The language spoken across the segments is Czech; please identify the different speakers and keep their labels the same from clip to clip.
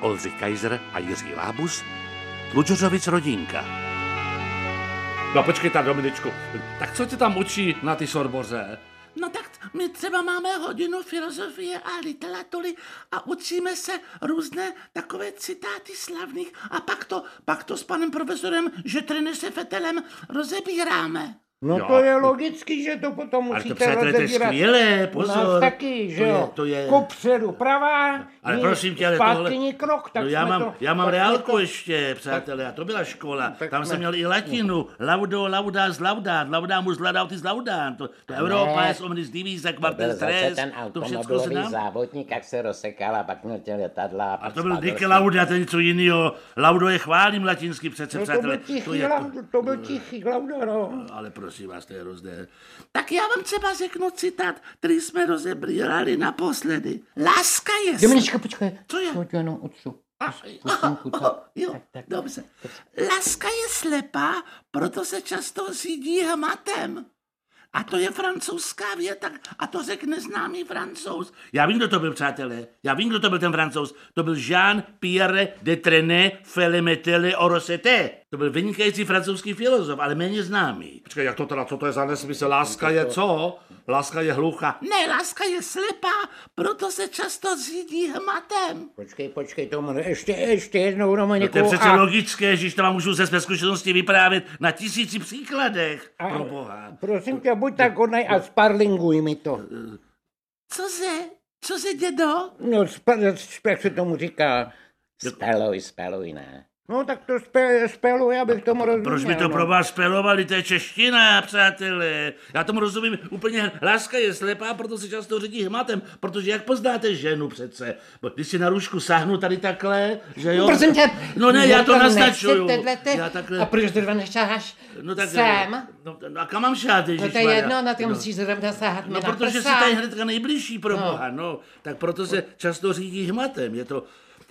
Speaker 1: Oldřich Kaiser a Jiří Lábus, Tlučořovic rodinka.
Speaker 2: No počkej tam, Dominičku, tak co tě tam učí na ty sorboře?
Speaker 3: No tak my třeba máme hodinu filozofie a literatury a učíme se různé takové citáty slavných a pak to, pak to s panem profesorem Žetrenese Fetelem rozebíráme.
Speaker 4: No
Speaker 2: Jo.
Speaker 4: to je logicky, že to potom
Speaker 2: Ale to,
Speaker 4: musíte
Speaker 2: přátelé, to je
Speaker 4: rozebírat.
Speaker 2: skvělé,
Speaker 4: U nás
Speaker 2: pozor.
Speaker 4: taky, že
Speaker 2: to
Speaker 4: jo?
Speaker 2: Je, to je...
Speaker 4: Kupředu pravá,
Speaker 2: Ale
Speaker 4: ní-
Speaker 2: prosím tě, ale tohle...
Speaker 4: zpátkyní krok, tak
Speaker 2: no já
Speaker 4: jsme
Speaker 2: mám,
Speaker 4: to,
Speaker 2: já mám
Speaker 4: tak jsme
Speaker 2: reálku
Speaker 4: to-
Speaker 2: ještě, přátelé, a to byla škola.
Speaker 4: tak
Speaker 2: Tam
Speaker 4: jsme-
Speaker 2: jsem měl i latinu. Laudo, laudas, laudat, laudamus, laudatis, laudant. To, to Evropa je omnis divisa,
Speaker 5: Byl
Speaker 2: quartel
Speaker 5: zase
Speaker 2: stres,
Speaker 5: ten
Speaker 2: to všechno
Speaker 5: automobilový
Speaker 2: znám.
Speaker 5: závodník, jak se rozsekal a pak měl tě letadla.
Speaker 2: A
Speaker 5: pak
Speaker 2: to byl
Speaker 5: spadl
Speaker 2: Dike
Speaker 5: s-
Speaker 2: Lauda, to je něco jiného. Laudo je chválím latinsky přece,
Speaker 4: No to byl
Speaker 2: přátelé. jako-
Speaker 4: tichý, Lauda, to byl tichý Lauda, no.
Speaker 2: Ale prosím vás, to je rozdé.
Speaker 3: Tak já vám třeba řeknu citát, který jsme rozebírali naposledy. Láska je...
Speaker 5: Dominička, počkej,
Speaker 3: Co je?
Speaker 5: to tě jenom odsu.
Speaker 3: Aha, aha, jo, dobře. Láska je slepá, proto se často řídí hmatem. A to je francouzská věta a to řekne známý francouz.
Speaker 2: Já vím, kdo to byl, přátelé. Já vím, kdo to byl ten francouz. To byl Jean-Pierre de Trenet Felemetele Orosete. To byl vynikající francouzský filozof, ale méně známý.
Speaker 6: Počkej, jak to teda, co to je za nesmysl? Láska je co? Láska je hlucha.
Speaker 3: Ne, láska je slepá, proto se často řídí hmatem.
Speaker 4: Počkej, počkej, Tomu, ještě, ještě jednou,
Speaker 5: Jako
Speaker 4: Dominiku.
Speaker 2: No, To je přece
Speaker 4: a-
Speaker 2: logické, že to vám můžu ze své zkušenosti vyprávět na tisíci příkladech.
Speaker 4: a-
Speaker 2: Pro boha.
Speaker 4: Prosím tě, buď tak hodnej a sparlinguj mi to.
Speaker 3: Co se, co se dědo?
Speaker 4: No, spa- sp- jak se tomu říká.
Speaker 5: Speluj, speluj, ne.
Speaker 4: No, tak to spe, speluj, abych tomu rozuměl.
Speaker 2: Proč by to
Speaker 4: no.
Speaker 2: pro vás spelovali? To je čeština, přátelé. Já tomu rozumím úplně. Láska je slepá, proto se často řídí hmatem. Protože jak poznáte ženu přece? Bo Když si na růžku sáhnu tady takhle, že jo?
Speaker 5: Prosím tě,
Speaker 2: No ne, já to naznačuju.
Speaker 5: Ty,
Speaker 2: Já takhle...
Speaker 5: A proč zrovna nešáháš
Speaker 2: No tak,
Speaker 4: eh,
Speaker 5: sem?
Speaker 2: No, no a kam mám šát,
Speaker 5: No to je jedno, na to musíš zrovna sáhat mi
Speaker 2: No,
Speaker 5: na
Speaker 2: protože jsi
Speaker 5: prsa.
Speaker 2: tady hnedka nejbližší pro boha, no. Tak proto se často řídí hmatem. Je to...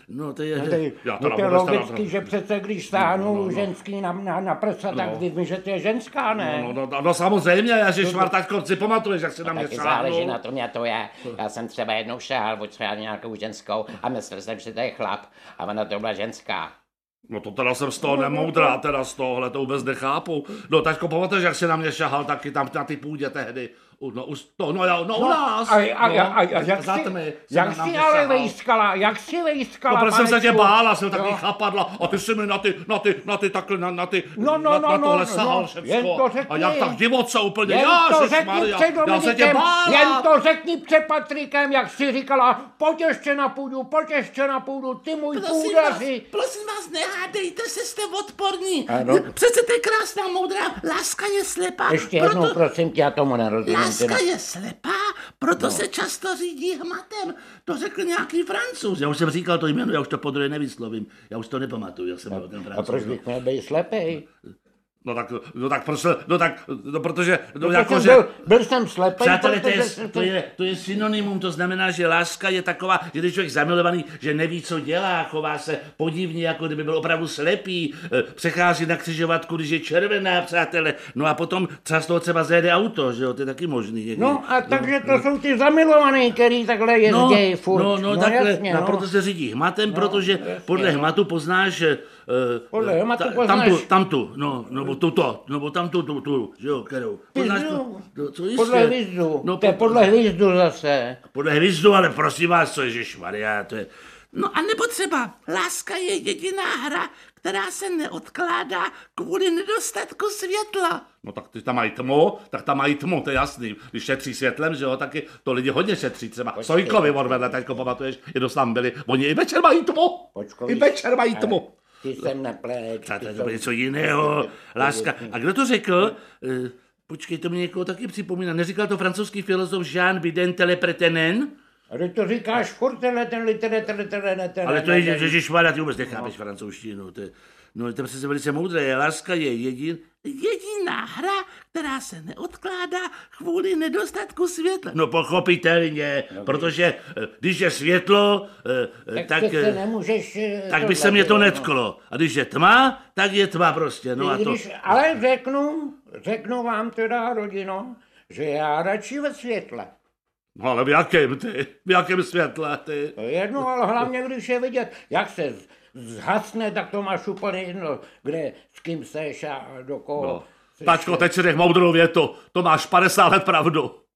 Speaker 2: No to je...
Speaker 4: Tady,
Speaker 6: Já to
Speaker 4: no to No, je
Speaker 6: nabudu starat.
Speaker 4: logicky, že přece když stáhnu ženský na, na, na prsa, tak vím, že to je ženská, ne?
Speaker 6: No, no, no, no samozřejmě, já že švartačko, si pamatuješ, jak se na mě no.
Speaker 5: Taky záleží
Speaker 6: sáhnul.
Speaker 5: na tom, jak to je. Já jsem třeba jednou šahal, od třeba nějakou ženskou a myslel jsem, že to je chlap a ona to byla ženská.
Speaker 6: No to teda jsem z toho nemoudrá, teda z tohohle to vůbec nechápu. No tačko, pamatuješ, jak se na mě šahal taky tam na ty půdě tehdy? U- No, u, to, no, já, no, u nás.
Speaker 4: A, a,
Speaker 6: no,
Speaker 4: a, a, a jak
Speaker 6: za
Speaker 4: jsi,
Speaker 6: tmy se na
Speaker 4: jak
Speaker 6: nás
Speaker 4: jsi ale
Speaker 6: šahal.
Speaker 4: vejskala, jak jsi
Speaker 6: No,
Speaker 4: vejskala,
Speaker 6: protože jsem se tě
Speaker 4: panečku?
Speaker 6: bála, jsem takový chapadla a ty jsi mi na ty, na ty, na ty takhle, na, na ty,
Speaker 4: No, no,
Speaker 6: na,
Speaker 4: no,
Speaker 6: na
Speaker 4: no,
Speaker 6: tohle
Speaker 4: no,
Speaker 6: sahal
Speaker 4: no,
Speaker 6: všecko.
Speaker 4: jen to řekni.
Speaker 6: a jak tak divoce úplně,
Speaker 4: Jen to řekni
Speaker 6: ježišmarja,
Speaker 4: před
Speaker 6: já se tě
Speaker 4: Dominikem,
Speaker 6: bála.
Speaker 4: jen to řekni před Patrikem, jak jsi říkala, pojď ještě na půdu, pojď ještě na půdu, ty můj
Speaker 3: Prosím vás,
Speaker 4: půdaři.
Speaker 3: prosím vás, nehádejte se, jste odporní.
Speaker 4: Ano.
Speaker 3: Přece to je krásná, moudrá, láska je slepá,
Speaker 4: Ještě
Speaker 3: proto...
Speaker 4: jednou, prosím tě, já tomu nerozumím. ty
Speaker 3: Láska je slepá, proto
Speaker 4: No.
Speaker 3: se často řídí hmatem. To řekl nějaký francouz.
Speaker 2: Já už jsem říkal to jméno, já už to podruhé nevyslovím. Já už to nepamatuju, jak jsem byl ten
Speaker 4: No, A proč
Speaker 2: francouz.
Speaker 4: bych měl být slepej?
Speaker 6: No tak, no tak, proč, no tak, no protože, no,
Speaker 4: Protože
Speaker 6: jako,
Speaker 4: jsem
Speaker 6: že,
Speaker 4: byl, byl jsem slepej,
Speaker 2: Přátelé, to je,
Speaker 4: protože jsem-
Speaker 2: to, je, to je synonymum, to znamená, že láska je taková, že když člověk zamilovaný, že neví, co dělá, chová se podivně, jako kdyby byl opravdu slepý, eh, přechází na křižovatku, když je červená, přátelé, no a potom třeba z toho třeba zajede auto, že jo, to je taky možný. někdy.
Speaker 4: No a takže to jsou ty zamilovaný, který takhle
Speaker 2: No,
Speaker 4: jezdějí furt.
Speaker 2: no, no, takhle,
Speaker 4: jasně,
Speaker 2: a
Speaker 4: no.
Speaker 2: proto se řídí hmatem, protože podle hmatu poznáš... eh,
Speaker 4: Podle
Speaker 2: eh,
Speaker 4: hmatu
Speaker 2: ta-
Speaker 4: poznáš-
Speaker 2: Tamtu, tamtu, no, nebo tuto, nebo tamtu, tu, tu, že jo, kterou. Poznáš tu,
Speaker 4: Hvězdu.
Speaker 2: tu, co jistě.
Speaker 4: Podle hvězdu,
Speaker 2: No,
Speaker 4: to je
Speaker 2: po-
Speaker 4: podle hvězdu zase.
Speaker 2: Podle hvězdu, ale prosím vás, co Ježíš Maria, to je...
Speaker 3: No a nebo třeba láska je jediná hra, která se neodkládá kvůli nedostatku světla.
Speaker 6: no tak ty tam mají tmu, tak tam mají tmu, to je jasný. Když šetří světlem, že jo, taky to lidi hodně šetří třeba. Sojkovi odvedle, teďko pamatuješ, jedno tam byli, oni i večer mají tmu,
Speaker 4: Počkový-
Speaker 6: i večer mají
Speaker 4: ale
Speaker 6: tmu.
Speaker 4: Ty jsem nepleč.
Speaker 2: Přátelé,
Speaker 4: ty
Speaker 2: to bylo
Speaker 4: jsou-
Speaker 2: něco jiného, láska. A kdo to řekl? Eh, Počkej, to mě někoho taky připomíná. Neříkal to francouzský filozof Jean Biden Telepretenen?
Speaker 4: A teď to říkáš furt, tenhle, tenhle, tenhle, tenhle, tenhle, tenhle.
Speaker 2: Ale to je, že Ježišmarja, ty vůbec nechápeš francouzštinu. To je, no, to je přece velice moudré. Láska je jedin...
Speaker 3: Jediná hra, která se neodkládá kvůli nedostatku světla.
Speaker 2: No pochopitelně, protože eh, když je světlo, eh, eh,
Speaker 4: Tak,
Speaker 2: tak,
Speaker 4: tak,
Speaker 2: eh,
Speaker 4: se nemůžeš... eh,
Speaker 2: tak by
Speaker 4: tohle
Speaker 2: se mě to
Speaker 4: dělat, no.
Speaker 2: netklo. A když je tma, tak je tma prostě. No a
Speaker 4: I
Speaker 2: to...
Speaker 4: když, ale řeknu, řeknu vám teda, rodino, že já radši ve světle.
Speaker 2: No ale v jakém ty? V jakém světle ty?
Speaker 4: To je jedno, ale hlavně, když je vidět, jak se z- zhasne, tak to máš úplně jedno, kde, s kým seš a do koho.
Speaker 2: No.
Speaker 4: seš.
Speaker 2: Tačko, teď si řek moudrou větu. To máš 50 let pravdu.